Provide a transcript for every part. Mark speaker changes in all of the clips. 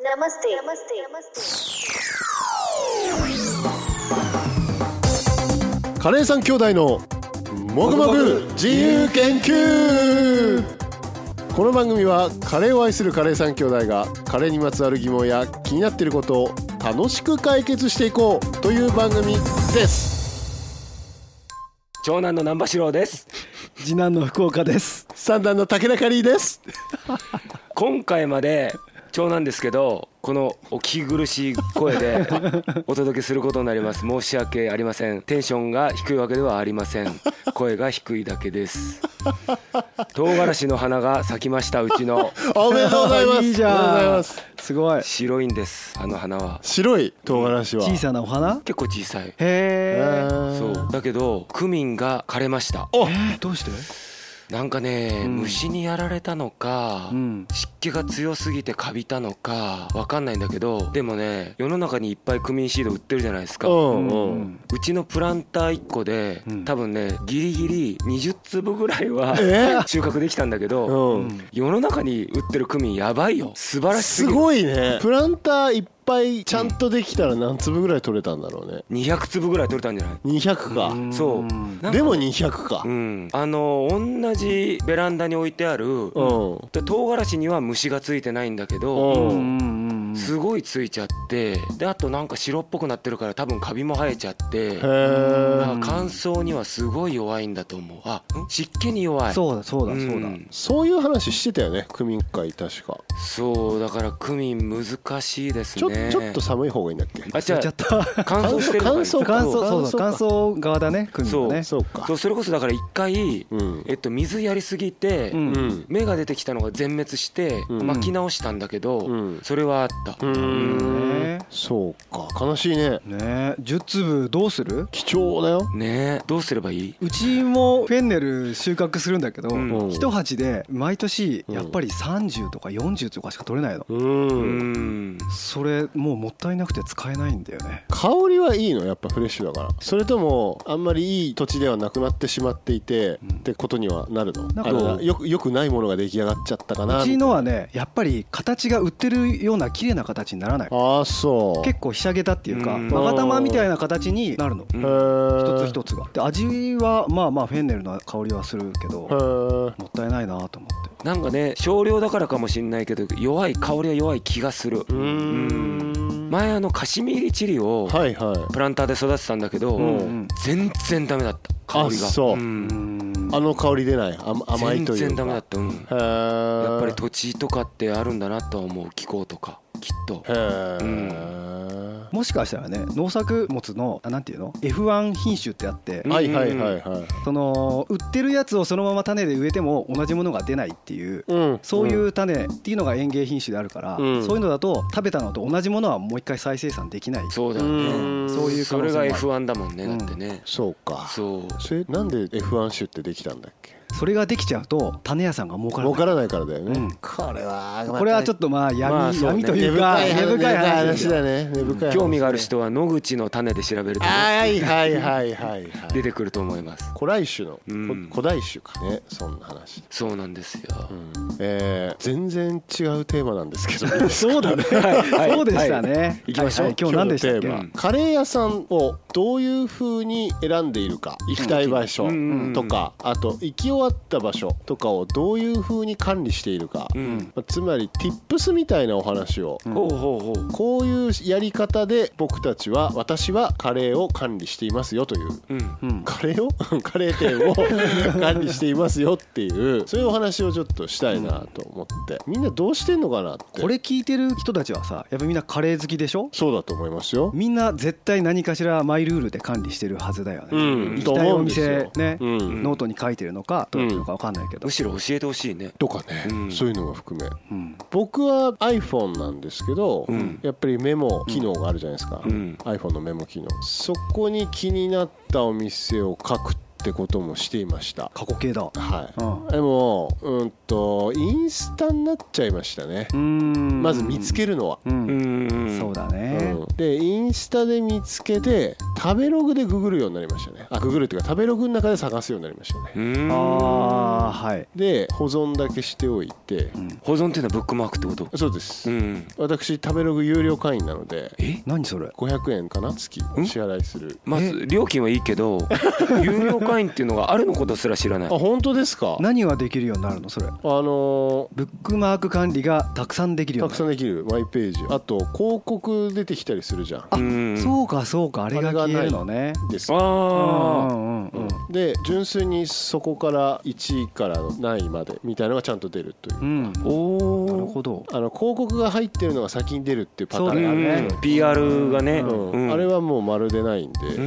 Speaker 1: नमस्ते नमस्ते नमस्ते
Speaker 2: カレンさん兄弟のもぐもぐ自由研究この番組はカレーを愛するカレーさん兄弟がカレーにまつわる疑問や気になっていることを楽しく解決していこうという番組です
Speaker 3: 長男の南波四郎です
Speaker 4: 次男の福岡です。
Speaker 2: 三段の竹中リーです
Speaker 3: 今回まで長男ですけどこのお聞き苦しい声でお届けすることになります申し訳ありませんテンションが低いわけではありません声が低いだけです唐辛子の花が咲きましたうちの
Speaker 2: おめでとうございます
Speaker 4: いいじゃん
Speaker 2: おめでとうございます
Speaker 4: すごい。
Speaker 3: 白いんですあの花は
Speaker 2: 白い唐辛子は
Speaker 4: 小さなお花。
Speaker 3: 結構小さい
Speaker 4: へえ。
Speaker 3: そうだけどクミンが枯れました
Speaker 4: どうして？
Speaker 3: なんかね、
Speaker 4: うん
Speaker 3: 虫にやられたのか、
Speaker 4: うん
Speaker 3: 湿気が強すぎてカビたのかわかんないんだけどでもね世の中にいっぱいクミンシード売ってるじゃないですか、う
Speaker 2: うんうん、
Speaker 4: うん
Speaker 3: ちのプランター1個で、
Speaker 4: うん
Speaker 3: 多分ねギリギリ20粒ぐらいは
Speaker 2: え
Speaker 3: 収穫できたんだけ
Speaker 2: う
Speaker 3: ど、
Speaker 2: ん
Speaker 4: うん
Speaker 3: 世の中に売ってるクミンやばいよ素晴らしす
Speaker 2: す
Speaker 3: ぎる
Speaker 2: ごいねプランターいっぱいちゃんとできたら何粒ぐらい取れたんだろうね
Speaker 3: 200粒ぐらい取れたんじゃない
Speaker 2: 200か、
Speaker 3: そうなんか
Speaker 2: でも200か
Speaker 3: う、んあの同じベランダに置いてある、
Speaker 2: うん
Speaker 3: で唐辛子には虫がついてないんだけど、
Speaker 2: う
Speaker 4: うんんうんうん。
Speaker 3: すごいついちゃってであとなんか白っぽくなってるから多分カビも生えちゃって
Speaker 2: へー
Speaker 3: だから乾燥にはすごい弱いんだと思うあん湿気に弱い
Speaker 4: そうだそうだ
Speaker 3: ん
Speaker 4: そうだ。
Speaker 2: そういう話してたよね区民会確か
Speaker 3: そうだからクミン難しいです
Speaker 2: ちょ,、
Speaker 3: ね
Speaker 2: ちょっと寒い方がいいんだっけ
Speaker 3: あじ
Speaker 4: 忘
Speaker 3: ゃ
Speaker 4: れちゃっ
Speaker 3: あ
Speaker 4: た。
Speaker 3: 乾燥してるのか
Speaker 2: 乾
Speaker 3: な
Speaker 2: 燥
Speaker 4: 乾
Speaker 2: 乾
Speaker 4: 燥
Speaker 2: 燥
Speaker 4: そうそう乾
Speaker 2: 乾
Speaker 4: 燥側だね。組のね。
Speaker 2: そうか
Speaker 3: そうそれこそだから一回、
Speaker 2: うん
Speaker 3: えっと、水やりすぎて、
Speaker 4: うん
Speaker 2: うん
Speaker 3: 芽が出てきたのが全滅して、
Speaker 2: うん
Speaker 3: 巻き直したんだけど、
Speaker 2: うん
Speaker 3: それはあった、
Speaker 2: うーん
Speaker 4: ね
Speaker 2: そうか悲しいね
Speaker 4: ね十粒どうする？
Speaker 2: 貴重だよ
Speaker 3: ねえどうすればいいう
Speaker 4: ちもフェンネル収穫するんだけど、
Speaker 3: うん
Speaker 4: 一鉢で毎年やっぱり30とか40とかしか取れないの。
Speaker 2: うん
Speaker 3: う
Speaker 2: うん
Speaker 3: ん
Speaker 4: それもうもったいなくて使えないんだよね。
Speaker 2: 香りはいいのやっぱフレッシュだからそれともあんまりいい土地ではなくなってしまっていて、
Speaker 4: うん
Speaker 2: ってことにはなるの
Speaker 4: なんか
Speaker 2: あのよくよくないものが出来上がっちゃったかな
Speaker 4: うちのはねやっぱり形が売ってるような綺麗な形にならない
Speaker 2: ああそう
Speaker 4: 結構ひしゃげたっていうか
Speaker 3: うん
Speaker 4: まがたまみたいな形になるの
Speaker 3: うん
Speaker 2: 構
Speaker 4: 一つ一つがで味はまあまあフェンネルの香りはするけどもったいないなと思って
Speaker 3: なんかね少量だからかもしんないけど弱い香りは弱い気がする
Speaker 2: うーん
Speaker 3: 前あのカシミーリチリを
Speaker 2: はいはい
Speaker 3: プランターで育てたんだけど、
Speaker 2: うん
Speaker 3: 全然ダメだった香りが
Speaker 2: あそう
Speaker 3: うん
Speaker 2: あの香り出ない甘甘いというか
Speaker 3: 全然ダメだった、うん
Speaker 2: へー
Speaker 3: やっぱり土地とかってあるんだなとは思う気候とかきっと
Speaker 2: へー
Speaker 4: もしかしたらね農作物のあなんていうの F1 品種ってあって
Speaker 3: うん
Speaker 2: はいはいはいはい
Speaker 4: その売ってるやつをそのまま種で植えても同じものが出ないっていう
Speaker 2: うん
Speaker 4: そういう種っていうのが園芸品種であるから、
Speaker 2: うん
Speaker 4: そういうのだと食べたのと同じものはもう一回再生産できない
Speaker 3: そうだよね
Speaker 2: うん
Speaker 4: そういう可
Speaker 3: そ
Speaker 4: 能
Speaker 3: れ
Speaker 4: 性も
Speaker 3: が
Speaker 4: ある
Speaker 3: F1 だもんね
Speaker 4: う
Speaker 3: だ
Speaker 4: ん
Speaker 3: ってね、
Speaker 2: そうか
Speaker 3: そう
Speaker 2: それなんで F1 種ってできたんだっけ
Speaker 4: それができちゃうと種屋さんが儲から
Speaker 2: 儲
Speaker 4: ない
Speaker 2: からないからだよね、
Speaker 4: うん
Speaker 2: これは
Speaker 4: これはちょ
Speaker 2: っ
Speaker 4: っとまあ闇,、
Speaker 3: まあそうね
Speaker 4: 闇とい
Speaker 2: 根
Speaker 4: うか
Speaker 2: 深い
Speaker 4: 根
Speaker 2: 根
Speaker 4: 深
Speaker 2: 深
Speaker 4: い
Speaker 2: い
Speaker 4: 話
Speaker 2: 話
Speaker 4: だ
Speaker 2: だ
Speaker 4: よ
Speaker 2: ね根深い話
Speaker 3: 興味がある人は野口の種で調べると
Speaker 2: はいはいはいはいはい
Speaker 3: 出てくると思います
Speaker 2: 古来種の、
Speaker 3: うん
Speaker 2: こ古代種かねそんな話
Speaker 3: そうなんですよ、
Speaker 2: うんえー全然違うテーマなんですけどそ
Speaker 4: そうだね、
Speaker 3: はい
Speaker 4: そうでしたね、
Speaker 3: はい行きましょう
Speaker 4: はいはい今日何でしたっ
Speaker 2: 今
Speaker 4: け
Speaker 2: 日のテーマカレー屋さんをどういう風に選んでいるか行きたい場所
Speaker 3: うん
Speaker 2: とかあと行き終わった場所とかをどういう風に管理しているか
Speaker 3: うん、
Speaker 2: まあつまり Tips みたいなお話を
Speaker 4: うん
Speaker 3: ほうほうほう
Speaker 2: こういうやり方で僕たちは私はカレーを管理していますよという
Speaker 3: うん
Speaker 4: うん
Speaker 2: カレーを カレー店を 管理していますよっていうそういうお話をちょっとしたいなと思ってみんなどうしてんのかなって
Speaker 4: これ聞いてる人たちはさやっぱみんなカレー好きでしょ
Speaker 2: そうだと思いますよ。
Speaker 4: みんな絶対何かしらマイルールで管理してるはずだよね、
Speaker 2: うん
Speaker 4: 行きたいお
Speaker 2: と思うん
Speaker 4: 店
Speaker 2: ですよ
Speaker 4: ね、
Speaker 2: うん
Speaker 4: ノートに書いてるのかどういうのか分かんないけど
Speaker 3: む、しろ教えてほしいね
Speaker 2: とかね、
Speaker 3: うん
Speaker 2: そういうのが含め
Speaker 4: うん
Speaker 2: 僕は iPhone なんですけど、
Speaker 3: うん
Speaker 2: やっぱりメモ機能があるじゃないですか、
Speaker 3: うん
Speaker 2: iPhone のメモ機能そこに気になったお店を書くってこともしていました
Speaker 4: 過去形だ
Speaker 2: はい、
Speaker 4: うん
Speaker 2: でもうんとインスタになっちゃいましたね、
Speaker 4: うん
Speaker 2: まず見つけるのは、
Speaker 4: うん
Speaker 3: ん
Speaker 4: そうだ
Speaker 2: う
Speaker 4: ね
Speaker 2: んでインスタで見つけて食べログでググるようになりましたねあググるっていうか食べログの中で探すようになりましたね
Speaker 3: うーん
Speaker 4: ああーはい
Speaker 2: で保存だけしておいて
Speaker 3: 保存っていうのはブックマークってこと
Speaker 2: そうです、
Speaker 3: うん
Speaker 2: 私食べログ有料会員なので
Speaker 3: え
Speaker 4: 何それ
Speaker 2: 500円かな月支払いする
Speaker 3: まず料金はいいけど有料会員っていうのがあるのことすら知 らない
Speaker 2: あ本当ですか
Speaker 4: 何ができるようになるのそれ
Speaker 2: あの
Speaker 4: ブックマーク管理がたくさんできる
Speaker 2: ー
Speaker 4: よ
Speaker 2: た
Speaker 4: う
Speaker 2: く
Speaker 4: に
Speaker 2: さ
Speaker 4: なん
Speaker 2: できるマイページあと広告出てきたりするじゃん
Speaker 4: あ
Speaker 3: うん
Speaker 4: るそうかそうかあれが消えるのね
Speaker 2: です
Speaker 3: あ
Speaker 4: う
Speaker 3: あ
Speaker 4: んうんうん
Speaker 2: で純粋にそこから1位からの何位までみたいなのがちゃんと出るという、
Speaker 4: うんなる
Speaker 3: おお
Speaker 4: ほど
Speaker 2: あの広告が入ってるのが先に出るっていうパターンがある
Speaker 4: そうだ
Speaker 2: ね
Speaker 4: よね
Speaker 3: うん PR がね、
Speaker 2: うん
Speaker 3: うん
Speaker 2: あれはもうまるでないんで、
Speaker 3: うー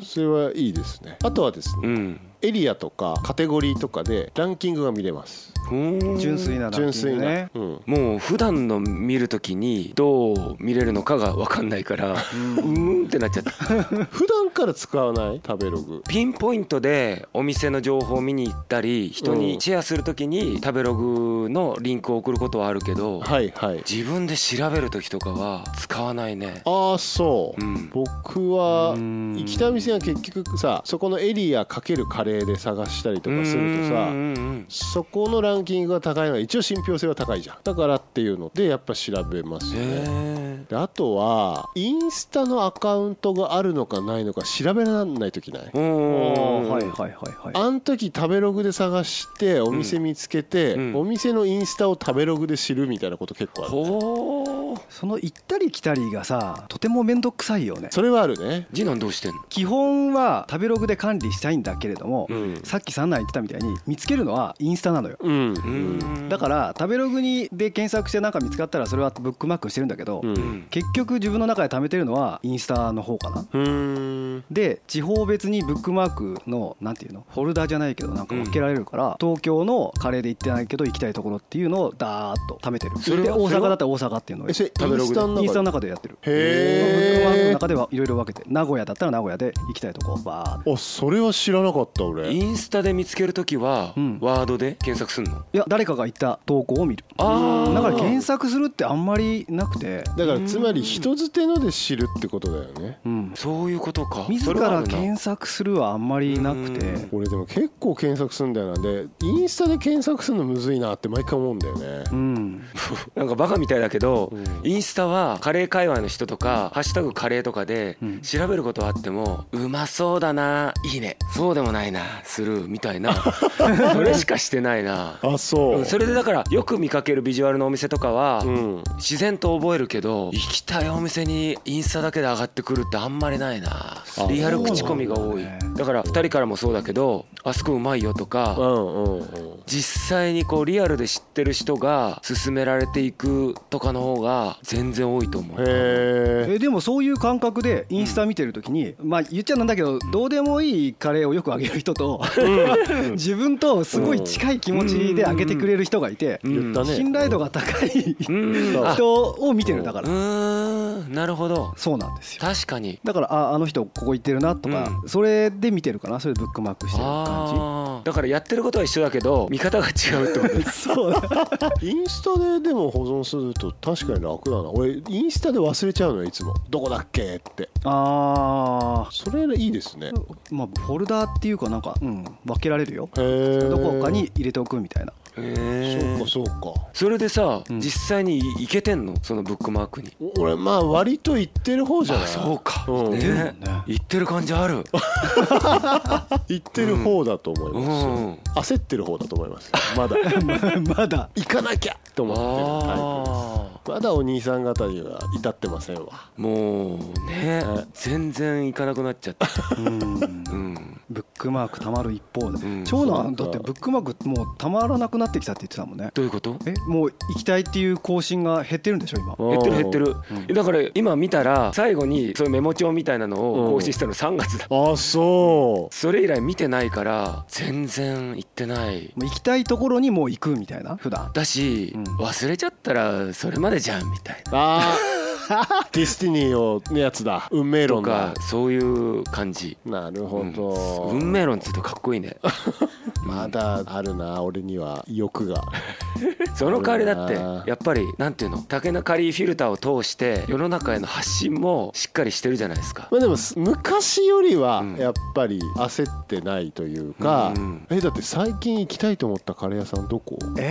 Speaker 3: ん
Speaker 2: それはいいですねあとはですね、
Speaker 3: うん
Speaker 2: エリアとかカテゴリーとかでランキングが見れます
Speaker 3: うん
Speaker 4: 純粋なランキン
Speaker 2: 純
Speaker 4: グ
Speaker 2: 粋な、
Speaker 4: ね
Speaker 2: うん、
Speaker 3: もう普段の見るときにどう見れるのかが分かんないからうーんってなっちゃった
Speaker 2: 普段から使わない食べログ
Speaker 3: ピンポイントでお店の情報を見に行ったり人
Speaker 2: うん
Speaker 3: にシェアするときに食べログのリンクを送ることはあるけど
Speaker 2: はいはい
Speaker 3: 自分で調べる時とかは使わないね
Speaker 2: ああそう、
Speaker 3: うん
Speaker 2: 僕は
Speaker 4: うん
Speaker 2: 行きたい店が結局さそこのエリアかけるカレーで探したりとかするとさ
Speaker 3: うんうんうん
Speaker 2: そこのランキングが高いのは一応信憑性は高いじゃんだからっていうのでやっぱ調べますよね
Speaker 3: へ
Speaker 2: であとはインスタのアカウントがあるのかないのか調べらんない時ない
Speaker 3: えうん
Speaker 4: はいはいはいはい
Speaker 2: あん時食べログで探してお店見つけて、
Speaker 3: うん
Speaker 2: お店のインスタを食べログで知るみたいなこと結構ある
Speaker 3: ほう
Speaker 4: その行ったり来たりがさとても面倒くさいよね
Speaker 2: それはあるね
Speaker 3: 次男どうしてんの
Speaker 4: 基本は食べログで管理したいんだけれども、
Speaker 2: うん
Speaker 4: さっき三男言ってたみたいに見つけるのはインスタなのよ
Speaker 2: うん
Speaker 4: だから食べログにで検索してなんか見つかったらそれはブックマークしてるんだけど、
Speaker 2: うん
Speaker 3: うん
Speaker 4: 結局自分の中で貯めてるのはインスタの方かな
Speaker 2: うん
Speaker 4: で地方別にブックマークのなんていうのフォルダじゃないけどなんか分けられるから、東京のカレーで行ってないけど行きたいところっていうのをダーッと貯めてる
Speaker 3: それは
Speaker 4: で大
Speaker 3: それ
Speaker 4: 阪
Speaker 3: は
Speaker 4: だったら大阪っていうのを
Speaker 2: えそれ
Speaker 4: 食べログで
Speaker 2: インスタの中で
Speaker 4: インスタの中でやってる
Speaker 2: へー
Speaker 4: ブックマークの中ではいろいろ分けて名古屋だったら名古屋で行きたいとこバーッと
Speaker 2: あそれは知らなかった俺
Speaker 3: インスタで見つける時は
Speaker 4: うん
Speaker 3: ワードで検索すんの
Speaker 4: いや誰かが言った投稿を見る
Speaker 3: あー
Speaker 4: だから検索するってあんまりなくて、
Speaker 2: だからつまり人づてので知るってことだよね
Speaker 4: うん、
Speaker 3: そういうことか
Speaker 4: 自
Speaker 3: それはあ
Speaker 4: ら
Speaker 3: るな
Speaker 4: 検索するはあんまりなくて
Speaker 2: 俺でも結構検索するんだよなでインスタで検索するのむずいなって毎回思うんだよね
Speaker 4: うん
Speaker 3: なんかバカみたいだけど、
Speaker 2: うん
Speaker 3: インスタはカレー界隈の人とか「ハッシュタグカレー」とかで
Speaker 4: うん
Speaker 3: 調べることはあっても「うまそうだないいねそうでもないなする」みたい なそれしかしてないな
Speaker 2: あそう、
Speaker 3: うんそれでだからよく見かけるビジュアルのお店とかは、
Speaker 2: うん
Speaker 3: 自然と覚えるけど行きたいお店にインスタだけで上がってくるってあんまりないな
Speaker 2: あ
Speaker 3: リアル口コミが多い
Speaker 4: そうなん
Speaker 3: だ,、
Speaker 4: だね
Speaker 3: から2人からもそうだけど「あそこうまいよ」とか、
Speaker 2: うんうんうん
Speaker 3: 実際にこうリアルで知ってる人が勧められていくとかの方が全然多いと思
Speaker 2: へ
Speaker 3: う
Speaker 2: え
Speaker 4: えでもそういう感覚でインスタ見てる時に、まあ言っちゃなんだけどどうでもいいカレーをよくあげる人と 自分とすごい近い気持ちであげてくれる人がいて
Speaker 3: うん
Speaker 2: 言ったね
Speaker 4: 信頼度が高い
Speaker 3: うんあ
Speaker 4: 人を見てるだか
Speaker 3: う
Speaker 4: ら
Speaker 3: ーんなるほど
Speaker 4: そうなんですよ
Speaker 3: 確かに
Speaker 4: だからああの人ここ行ってるなとか、それで見てるかなそれでブックマークしてる感
Speaker 3: あーだからやってることは一緒だけど見方が違うってこと
Speaker 4: じそうだ
Speaker 2: インスタででも保存すると確かに楽だな俺インスタで忘れちゃうのよいつもどこだっけって
Speaker 4: あ
Speaker 2: それいいですね
Speaker 4: ーまあフォルダーっていうかなんか、うん、分けられるよ
Speaker 2: へえ
Speaker 4: どこかに入れておくみ たいな
Speaker 3: へー
Speaker 2: そうかそうか
Speaker 3: それでさ、
Speaker 4: うん
Speaker 3: 実際に行けてんのそのブックマークに
Speaker 2: お俺まあ割と言ってる方じゃない
Speaker 3: あそうか、
Speaker 2: うん
Speaker 3: ね
Speaker 4: るもんね
Speaker 3: 行ってる感じある
Speaker 2: 言ってる方だと思いうますよ、
Speaker 3: ん
Speaker 2: 焦ってる方だと思いますよまだ
Speaker 4: まだ
Speaker 2: 行かなきゃと思ってるタイプです
Speaker 3: ああ
Speaker 2: まだお兄さん方には至ってませんわ。
Speaker 3: もうね
Speaker 2: はい
Speaker 3: 全然行かなくなっちゃった、
Speaker 4: うん
Speaker 3: うん、
Speaker 4: ブックマークたまる一方で、
Speaker 3: うん
Speaker 4: 長男
Speaker 2: そ
Speaker 4: だ
Speaker 2: う
Speaker 4: っ
Speaker 2: か
Speaker 4: てブックマークもうたまらなくなってきたって言ってたもんね
Speaker 3: どういうこと
Speaker 4: えもう行きたいっていう更新が減ってるんでしょ今
Speaker 3: 減ってる減ってる、
Speaker 4: うん
Speaker 3: だから今見たら最後にそういうメモ帳みたいなのを更新したの3月だ、
Speaker 2: あ、そ。
Speaker 3: それ以来見てないから全然行ってない
Speaker 4: もう行きたいところにもう行くみたいな普段
Speaker 3: だし、
Speaker 4: うん
Speaker 3: 忘れちゃったらそれまでじゃんみたいう
Speaker 2: あディスティニーをのやつだ運命
Speaker 3: と
Speaker 2: 論だ
Speaker 3: かそういう感じ
Speaker 2: なるほど、
Speaker 3: うん運命論って言うとかっこい いね
Speaker 2: まだあるな俺には欲が
Speaker 3: その代わりだ
Speaker 2: そうだな
Speaker 3: ってやっぱりなんていうの竹中リーフィルターを通して世の中への発信もしっかりしてるじゃないですか
Speaker 2: まあでもす昔よりは
Speaker 3: うん
Speaker 2: やっぱり焦ってないというか、
Speaker 3: うん
Speaker 2: えだって最近行きたいと思ったカレー屋さんどこ
Speaker 4: え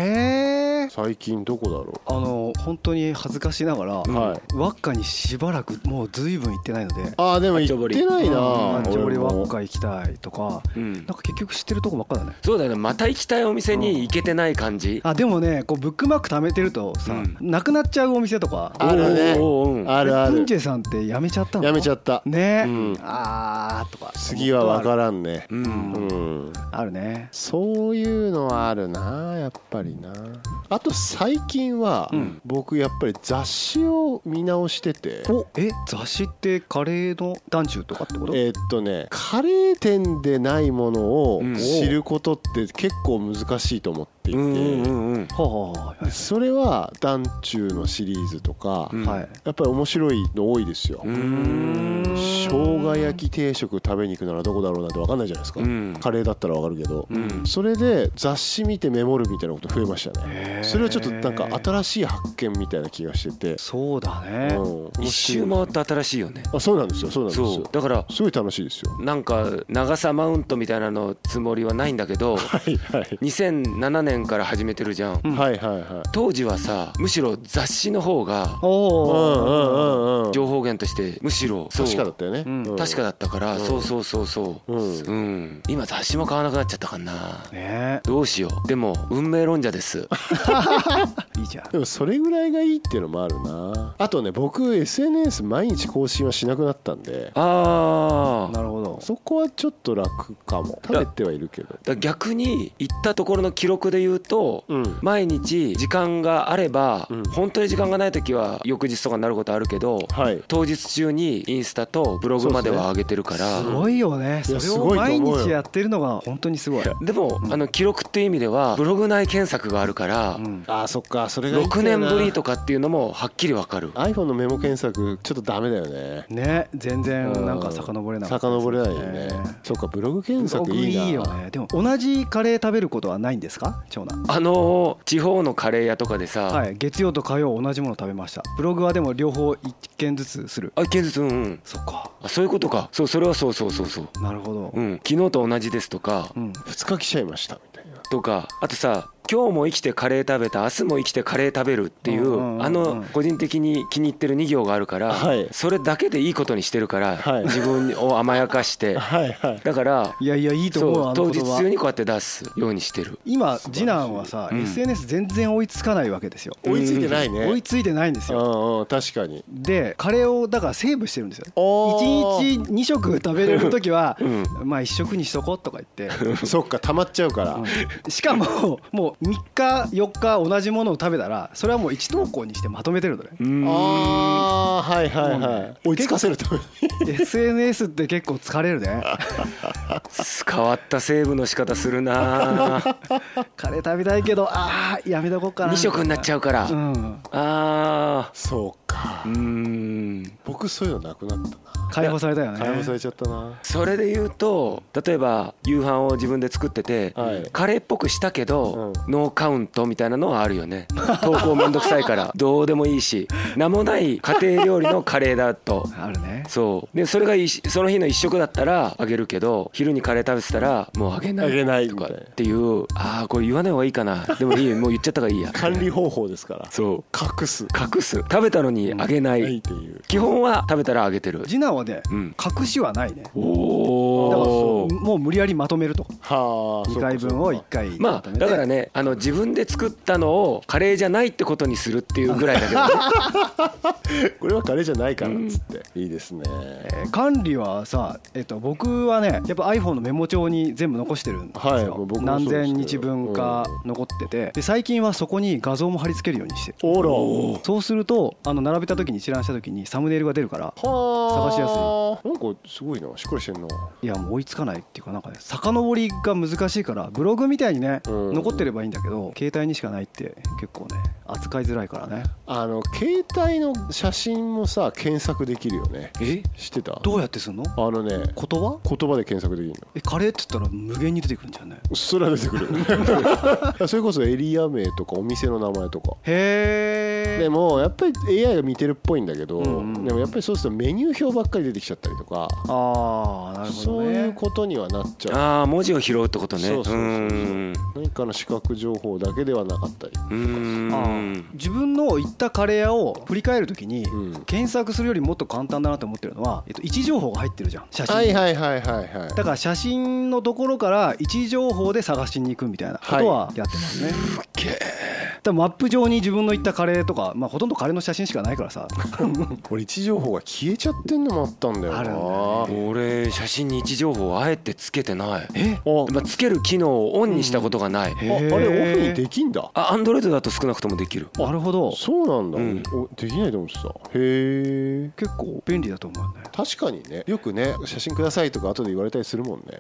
Speaker 4: え
Speaker 2: 最近どこだろ
Speaker 4: あの本当に恥ずかしなが
Speaker 3: う
Speaker 4: ら、
Speaker 2: う、
Speaker 3: ん
Speaker 2: はい
Speaker 4: 輪っかにしばらくもうずいぶん行ってないので
Speaker 2: ああでも
Speaker 3: 八丁
Speaker 2: 行っ
Speaker 3: 堀
Speaker 2: てないな
Speaker 4: 八丁堀
Speaker 2: 俺も
Speaker 4: 輪っか行きたいとか
Speaker 3: うん
Speaker 4: なんか結局知ってるとこばっかだね
Speaker 3: そうだよねまた行きたいお店に行けてない感じ
Speaker 4: あでもねこうブックマーク貯めてるとさ、
Speaker 3: うん
Speaker 4: なくなっちゃうお店とか
Speaker 2: あるね
Speaker 3: おーおーおー
Speaker 2: あるあ
Speaker 4: プ
Speaker 2: る
Speaker 4: ンチェさんってやめちゃったの
Speaker 2: やめちゃ
Speaker 4: っ
Speaker 2: った
Speaker 4: ね、
Speaker 2: うん
Speaker 4: あーとか
Speaker 2: 次は分からんね
Speaker 3: うん
Speaker 2: う
Speaker 3: うん
Speaker 2: ん
Speaker 4: あるね
Speaker 2: そういうのはあるなやっぱりなあと最近は
Speaker 4: うん
Speaker 2: 僕やっぱり雑誌を見直してて、
Speaker 4: おえ雑誌ってカレーの団中とかってこと
Speaker 2: えーっとねカレー店でないものを
Speaker 3: うん
Speaker 2: 知ることって結構難しいと思っていて、
Speaker 3: うんうんうん
Speaker 4: はあはあはあ
Speaker 2: それは「団中」のシリーズとか、
Speaker 3: うん
Speaker 4: はい
Speaker 2: やっぱり面白いの多いですよ、
Speaker 3: うん
Speaker 2: 生姜焼き定食食べに行くならどこだろうなんて分かんないじゃないですか、
Speaker 3: うん
Speaker 2: カレーだったら分かるけど、
Speaker 3: うん
Speaker 2: それで雑誌見てメモるみたいなこと増えましたね
Speaker 4: へー
Speaker 2: それはちょっとなんか新しい発見みたいな気がしてて、
Speaker 4: そうだ
Speaker 2: うん
Speaker 4: ね、
Speaker 2: 面
Speaker 3: 一
Speaker 2: 白
Speaker 3: 周
Speaker 2: い
Speaker 3: 回って新しいよね
Speaker 2: あそうなんですよそうなんです
Speaker 3: そう
Speaker 2: よ
Speaker 3: だから
Speaker 2: すごい楽しいですよ
Speaker 3: なんか長さマウントみたいなのつもりはないんだけど
Speaker 2: はいはい
Speaker 3: 2007年から始めてるじゃん
Speaker 4: うん
Speaker 2: はいはいはい
Speaker 3: 当時はさむしろ雑誌の方が
Speaker 4: お
Speaker 2: う
Speaker 4: お、
Speaker 2: んうんうんうん
Speaker 3: 情報源としてむしろそう
Speaker 2: 確かだったよね、
Speaker 4: うん
Speaker 3: 確かだったから
Speaker 2: うん
Speaker 3: そうそうそうそう
Speaker 2: うん
Speaker 3: うん今雑誌も買わなくなっちゃったからな
Speaker 4: ね
Speaker 3: どうしようでも運命論者です
Speaker 4: いいじゃん
Speaker 2: でもそれぐらいがいいっていうのもあるなあとね僕 SNS 毎日更新はしなくなったんで
Speaker 3: ああ
Speaker 4: なるほど
Speaker 2: そこはちょっと楽かも食べてはいるけど
Speaker 3: 逆に行ったところの記録で言うと
Speaker 2: うん
Speaker 3: 毎日時間があれば
Speaker 2: うん
Speaker 3: 本当に時間がない時は翌日とかになることあるけど
Speaker 2: はい
Speaker 3: 当日中にインスタとブログまでは上げてるから
Speaker 4: すごいよね
Speaker 2: いや
Speaker 4: それ
Speaker 2: す
Speaker 4: を
Speaker 2: ごいと思う
Speaker 4: 毎
Speaker 2: よ
Speaker 4: 日やってるのが本当にすごい
Speaker 3: でもあの記録っていう意味ではブログ内検索があるから
Speaker 4: うん
Speaker 2: あーそっかそれがいいんだ
Speaker 3: 6
Speaker 2: よ
Speaker 3: 年
Speaker 2: な
Speaker 3: ぶりとかっていうのもはっきりわかる
Speaker 2: iPhone のメモ検索ちょっとダメだよね
Speaker 4: ね全然なんか遡れない
Speaker 2: 遡れないよねそっかブログ検索
Speaker 4: 僕
Speaker 2: い
Speaker 4: い
Speaker 2: いない
Speaker 4: よねでも同じカレー食べることはないんですか長男
Speaker 3: あのー地方のカレー屋とかでさ、
Speaker 4: はい月曜と火曜同じもの食べましたブログはでも両方一件ずつする
Speaker 3: あ一軒ずつうんうん
Speaker 4: そっか
Speaker 3: あそういうことかそうそれはそうそうそうそう
Speaker 4: なるほど
Speaker 3: うん昨日と同じですとか
Speaker 4: うん
Speaker 2: 2日来ちゃいましたみたいな
Speaker 3: とかあとさ今日も生きてカレー食べた明日も生きてカレー食べるっていう,、
Speaker 4: うんうんうんうん
Speaker 3: あの個人的に気に入ってる2行があるから、
Speaker 2: はい
Speaker 3: それだけでいいことにしてるから、
Speaker 2: はい
Speaker 3: 自分を甘やかして
Speaker 2: はいはい
Speaker 3: だから
Speaker 4: いやいやいいと思う
Speaker 3: そ
Speaker 4: あ
Speaker 3: う
Speaker 4: の
Speaker 3: 当
Speaker 4: 言
Speaker 3: 日
Speaker 4: 葉
Speaker 3: 中にこうやって出すようにしてる
Speaker 4: 今次男はさ、
Speaker 3: うん
Speaker 4: SNS 全然追いつかないわけですよ、
Speaker 2: 追いついてないね
Speaker 4: 追いついてないんです
Speaker 2: う
Speaker 4: よ
Speaker 2: んうん確かに
Speaker 4: でカレーをだからセーブしてるんですよ
Speaker 2: お
Speaker 4: 1
Speaker 2: ー
Speaker 4: 日2食食べれる時は、
Speaker 3: うん
Speaker 4: まあ1食にしとこうとか言って、
Speaker 2: そっか溜まっちゃうから、
Speaker 4: うんしかももう3日4日同じものを食べたらそれはもう1投稿にしてまとめてるのね
Speaker 3: うーん
Speaker 2: ああはいはい
Speaker 4: もう
Speaker 2: は
Speaker 4: ね
Speaker 2: い追いつかせるために
Speaker 4: SNS って結構疲れるね
Speaker 3: 変わったセーブの仕方するな あ
Speaker 4: カレー食べたいけどああやめとこうかな
Speaker 3: 2食になっちゃうから、あ
Speaker 4: うん
Speaker 3: あ
Speaker 2: そうか
Speaker 3: ーうーん
Speaker 2: 僕そういうのなくなったな
Speaker 4: 解放されたよね
Speaker 2: 解放されちゃったな
Speaker 3: それで言うと例えば夕飯を自分で作ってて、
Speaker 2: はい
Speaker 3: カレーっぽくしたけど、
Speaker 2: う
Speaker 3: ノーカウントみたいなのはあるよね投稿めんどくさい からどうでもいいし名もない家庭料理のカレーだと
Speaker 4: あるね
Speaker 3: そうでそれがいいしその日の一食だったらあげるけど昼にカレー食べてたらもうあげない
Speaker 2: あげない
Speaker 3: と
Speaker 2: み
Speaker 3: か
Speaker 2: た
Speaker 3: っ
Speaker 2: いな
Speaker 3: ていうああこれ言わない方がいいかなでもいいもう言っちゃったからいいや
Speaker 2: 管理方法ですから
Speaker 3: そう
Speaker 2: 隠す
Speaker 3: 隠す食べたのにあげない、
Speaker 2: ないっていう
Speaker 3: 基本は食べたらあげてる
Speaker 4: 次男はね、
Speaker 3: うん
Speaker 4: 隠しはないね
Speaker 3: お
Speaker 4: だからそ
Speaker 3: お
Speaker 4: うもう無理やりまとめるとか
Speaker 2: はあ
Speaker 4: 2回分を1回まとめて
Speaker 3: まあだからねあの自分で作ったのをカレーじゃないってことにするっていうぐらいだけどね
Speaker 2: これはカレーじゃないからっつって、いいですね
Speaker 4: えー管理はさ、えっと僕はねやっぱ iPhone のメモ帳に全部残してるんですよ、
Speaker 2: はい僕もそうですよ
Speaker 4: 何千日分か残ってて、で最近はそこに画像も貼り付けるようにしてる
Speaker 2: おろ
Speaker 4: そうするとあの並べた時に一覧した時にサムネイルが出るから
Speaker 2: はあ
Speaker 4: 探しやす
Speaker 2: なんかすごいなしっかりしてんない
Speaker 4: やもう追いつかないっていうかなんかね遡りが難しいからブログみたいにね、
Speaker 2: うん
Speaker 4: 残ってればいいんだけど携帯にしかないって結構ね扱いづらいからね
Speaker 2: あの携帯の写真もさ検索できるよね
Speaker 4: え
Speaker 2: 知ってた
Speaker 4: どうやってすんの
Speaker 2: あのね
Speaker 4: 言葉
Speaker 2: 言葉で検索できる
Speaker 4: えカレーって言ったら無限に出てくるんじゃない
Speaker 2: のそれは出てくる それこそエリア名とかお店の名前とか
Speaker 4: へ
Speaker 2: で
Speaker 4: え
Speaker 2: もやっぱり AI が見てるっぽいんだけど、
Speaker 4: うんうん
Speaker 2: でもやっぱりそうするとメニュー表ばっかり出てきちゃったりとか、
Speaker 4: ああなるほ
Speaker 2: そ
Speaker 4: ど
Speaker 2: う
Speaker 4: ね
Speaker 2: いうことにはなっちゃう
Speaker 3: ああ文字を拾うってことね
Speaker 2: そうそうそうそう
Speaker 3: ーん
Speaker 2: 何かの視覚情報だけではなかったり
Speaker 3: うー
Speaker 4: あ
Speaker 3: ん
Speaker 4: 自分の行ったカレー屋を振り返るときに、
Speaker 2: うん
Speaker 4: 検索するよりもっと簡単だなと思ってるのは、えっと、位置情報が入ってるじゃん写真に、
Speaker 2: はいはいはいはいはい
Speaker 4: だから写真のところから位置情報で探しに行くみたいなことはやってますね、だからマップ上に自分の行ったカレーとか、まあ、ほとんどカレーの写真しかないからさ
Speaker 2: これ位置情報が消えちゃってんのもあったんだよな
Speaker 4: あるんだ
Speaker 3: 俺写真に位置情報をあえてつけてない
Speaker 4: え
Speaker 2: あ
Speaker 3: まあつける機能をオンにしたことがない
Speaker 2: ああ
Speaker 4: へー
Speaker 2: れオフにできんだ
Speaker 3: あアンドロイドだと少なくともできる
Speaker 4: なるほど
Speaker 2: そうなんだ、
Speaker 3: うん
Speaker 2: おできないと思ってたへえ
Speaker 4: 結構便利だと思うね
Speaker 2: 確かにねよくね写真くださいとか後で言われたりするもんね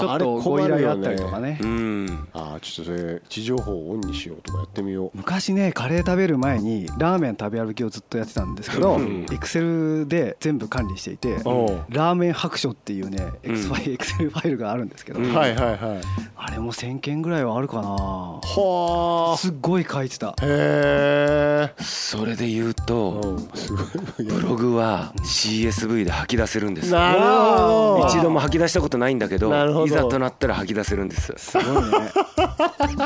Speaker 3: あ
Speaker 4: そういうねちょっとご依
Speaker 2: あれ困る
Speaker 4: 頼
Speaker 2: よね
Speaker 4: あったりとかね
Speaker 3: うん
Speaker 2: ああちょっとそれ位置情報をオンにしようとかやってみよう
Speaker 4: 昔ねカレー食べる前にラーメン食べ歩きをずっとやってたんですけど
Speaker 3: うん
Speaker 4: エクセルで全部管理していて
Speaker 2: おう
Speaker 4: ラーメン白書っていうね
Speaker 3: うん
Speaker 4: X ファイエクセルファイルがあるんですけど
Speaker 3: うん
Speaker 2: はいはいはい
Speaker 4: あれも1000件ぐらいはあるかな
Speaker 2: は
Speaker 4: すっごい書いてた
Speaker 2: あへえ
Speaker 3: それで言うと
Speaker 2: すごい
Speaker 3: ブログは CSV で吐き出せるんです
Speaker 2: なるほど
Speaker 3: 一度も吐き出したことないんだけど
Speaker 2: なるほど
Speaker 3: いざとなったら吐き出せるんです
Speaker 4: すごいね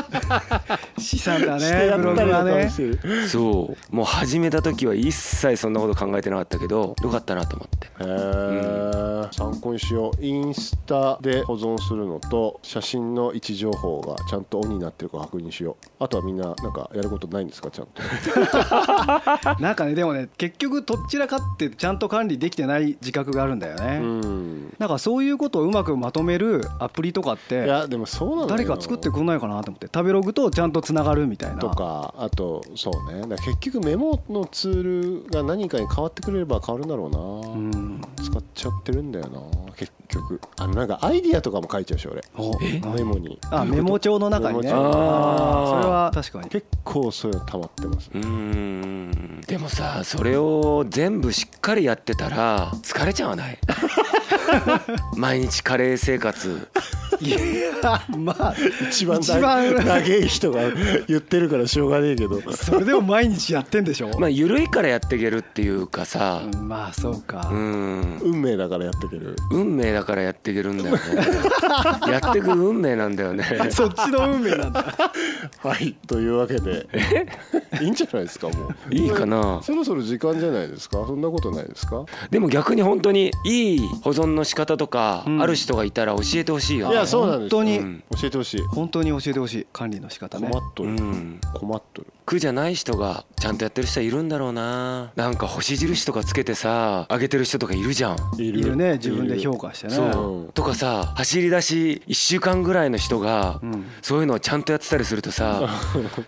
Speaker 4: 資産だ
Speaker 2: して
Speaker 4: ね
Speaker 2: や
Speaker 4: ブ
Speaker 2: っ
Speaker 4: ロ
Speaker 2: た
Speaker 4: グ
Speaker 2: り
Speaker 4: は
Speaker 2: とかも
Speaker 4: ね
Speaker 2: してる
Speaker 3: そうもう始めた時は一切そんなこと考えてなかったけどよかったなと思って
Speaker 2: へえ参考にしようインスタで保存するのと写真の位置情報がちゃんとオンになってるか確認しようあとはみんななんかやることないんですかちゃんと
Speaker 4: なんかねでもね結局どっちらかってちゃんと管理できてない自覚があるんだよね、
Speaker 2: うん
Speaker 4: なんかそういうことをうまくまとめるアプリとかっ
Speaker 2: い
Speaker 4: て
Speaker 2: やでもそうなのよ
Speaker 4: 誰か作ってくんないかなと思って食べログとちゃんとつながるみたいな
Speaker 2: とかあとそうねだから結局メモのツールが何かに変わってくれれば変わるんだろ
Speaker 4: う
Speaker 2: うな、
Speaker 4: ん
Speaker 2: 使っちゃってるんだよな結局あのなんかアイディアとかも書いちゃうし俺
Speaker 4: お何
Speaker 2: メモに
Speaker 4: あメモ帳の中にね
Speaker 2: メモ帳
Speaker 4: あ
Speaker 3: あー
Speaker 4: ーそれは確かに
Speaker 2: 結構そういうの溜まってます
Speaker 3: うーんでもさそれを全部しっかりやってたら疲れちゃわない毎日カレー生活
Speaker 4: いやまあ
Speaker 2: 一番
Speaker 4: 一番
Speaker 2: 長い人が言ってるからしょうがねえけど
Speaker 4: それでも毎日やってんでしょ
Speaker 3: まあ緩いからやっていけるっていうかさ
Speaker 4: うんまあそうか、
Speaker 3: うん
Speaker 2: 運命だからやってくれる
Speaker 3: 運命だからやっていけるんだよねやってく運命なんだよね
Speaker 4: そっちの運命なんだ
Speaker 2: はいというわけ でいいんじゃないですかもう
Speaker 3: いいかな
Speaker 2: そろそろ時間じゃないですかそんなことないですか
Speaker 3: でも逆に本当にいい保存の仕方とか
Speaker 4: うん
Speaker 3: ある人がいたら教えてほしいよ
Speaker 2: い
Speaker 3: ね
Speaker 2: やそうなんですよ
Speaker 4: 本当に
Speaker 3: うん
Speaker 2: 教えてほしい
Speaker 4: 本当に教えてほしい管理の仕方
Speaker 2: 困
Speaker 4: ね
Speaker 2: っと
Speaker 3: う
Speaker 2: る
Speaker 3: ん
Speaker 2: 困っとる
Speaker 3: 苦じゃない人がちゃんとやってる人はいるんだろうななんか星印とかつけてさ上げてる人とかいるじゃん
Speaker 2: い
Speaker 4: いるね自分で評価してね
Speaker 3: そうとかさ走り出し1週間ぐらいの人が、
Speaker 4: うん
Speaker 3: そういうのをちゃんとやってたりするとさ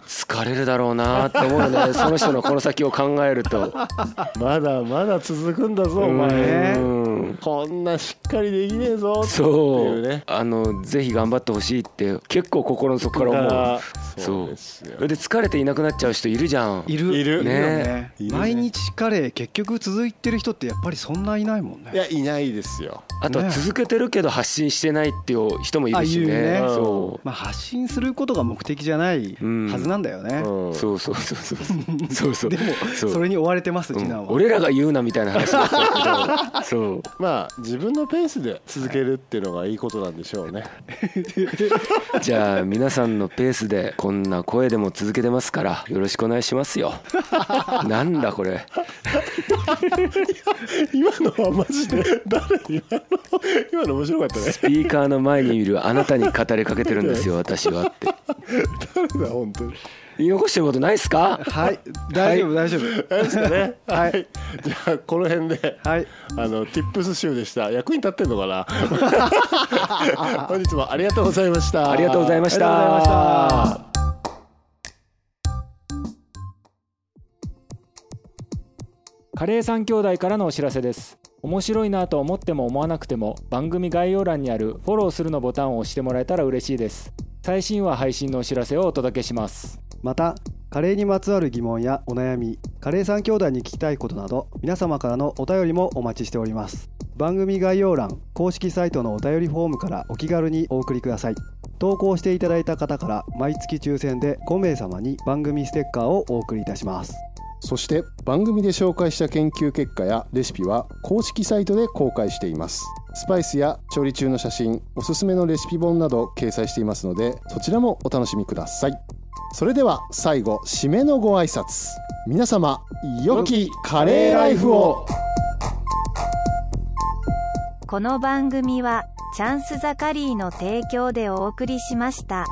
Speaker 3: 疲れるだろうなって思うよね その人のこの先を考えると
Speaker 2: まだまだ続くんだぞ お
Speaker 4: ね
Speaker 2: 前
Speaker 3: うん
Speaker 2: こんなしっかりできねえぞって
Speaker 3: そ
Speaker 2: いう
Speaker 3: う
Speaker 2: ね
Speaker 3: あのぜひ頑張ってほしいって結構心の底から思う
Speaker 2: そ
Speaker 3: そうう
Speaker 2: ですよ
Speaker 3: それで疲れていなくなっちゃう人いるじゃん
Speaker 4: いる
Speaker 2: いる
Speaker 4: よね
Speaker 2: ねいるね
Speaker 4: 毎日カレー結局続いてる人ってやっぱりそんないないもんね
Speaker 2: いやいないですよ
Speaker 3: あとは
Speaker 4: ね
Speaker 3: 続けてるけど発信してないっていう人もいるしね
Speaker 4: あいるね
Speaker 3: そ
Speaker 4: まあ、発信することが目的じゃない
Speaker 3: うん
Speaker 4: はずなんだよね、
Speaker 3: う、
Speaker 2: うん
Speaker 3: そうそうそうそうそうそう
Speaker 4: でも
Speaker 3: そ
Speaker 4: そうれに追われてます次男
Speaker 3: うん
Speaker 4: は、
Speaker 3: 俺らが言うなみたいな話だったけどそう
Speaker 2: まあ自分のペースで続けるっていうのがいいことなんでしょうね
Speaker 3: じゃあ皆さんのペースでこんな声でも続けてますからよろしくお願いします よなんだこれ
Speaker 2: 今のはマジで誰今の今の面白かったね
Speaker 3: スピーカーの前にいるあなたに語りかけてるんですよ私はって
Speaker 2: 誰だ本当に
Speaker 3: 言い残してることないですか
Speaker 4: はい大丈夫大丈
Speaker 2: あれですかね
Speaker 4: 夫は
Speaker 2: はいいじゃあこの辺で
Speaker 4: はい
Speaker 2: あの Tips 集でした役に立ってんのか な本日もありがとうございました
Speaker 3: ありがとうございました
Speaker 4: ありがとうございました
Speaker 3: カカレー三兄弟からのお知らせです面白いなと思っても思わなくても番組概要欄にあるフォローするのボタンを押してもらえたら嬉しいです最新話配信のお知らせをお届けします
Speaker 4: またカレーにまつわる疑問やお悩みカレー三兄弟に聞きたいことなど皆様からのお便りもお待ちしております番組概要欄公式サイトのお便りフォームからお気軽にお送りください投稿していただいた方から毎月抽選で5名様に番組ステッカーをお送りいたします
Speaker 5: そして番組で紹介した研究結果やレシピは公式サイトで公開していますスパイスや調理中の写真おすすめのレシピ本など掲載していますのでそちらもお楽しみくださいそれでは最後締めのご挨拶皆様良きカレーライフを
Speaker 6: この番組はチャンスザカリーの提供でお送りしました。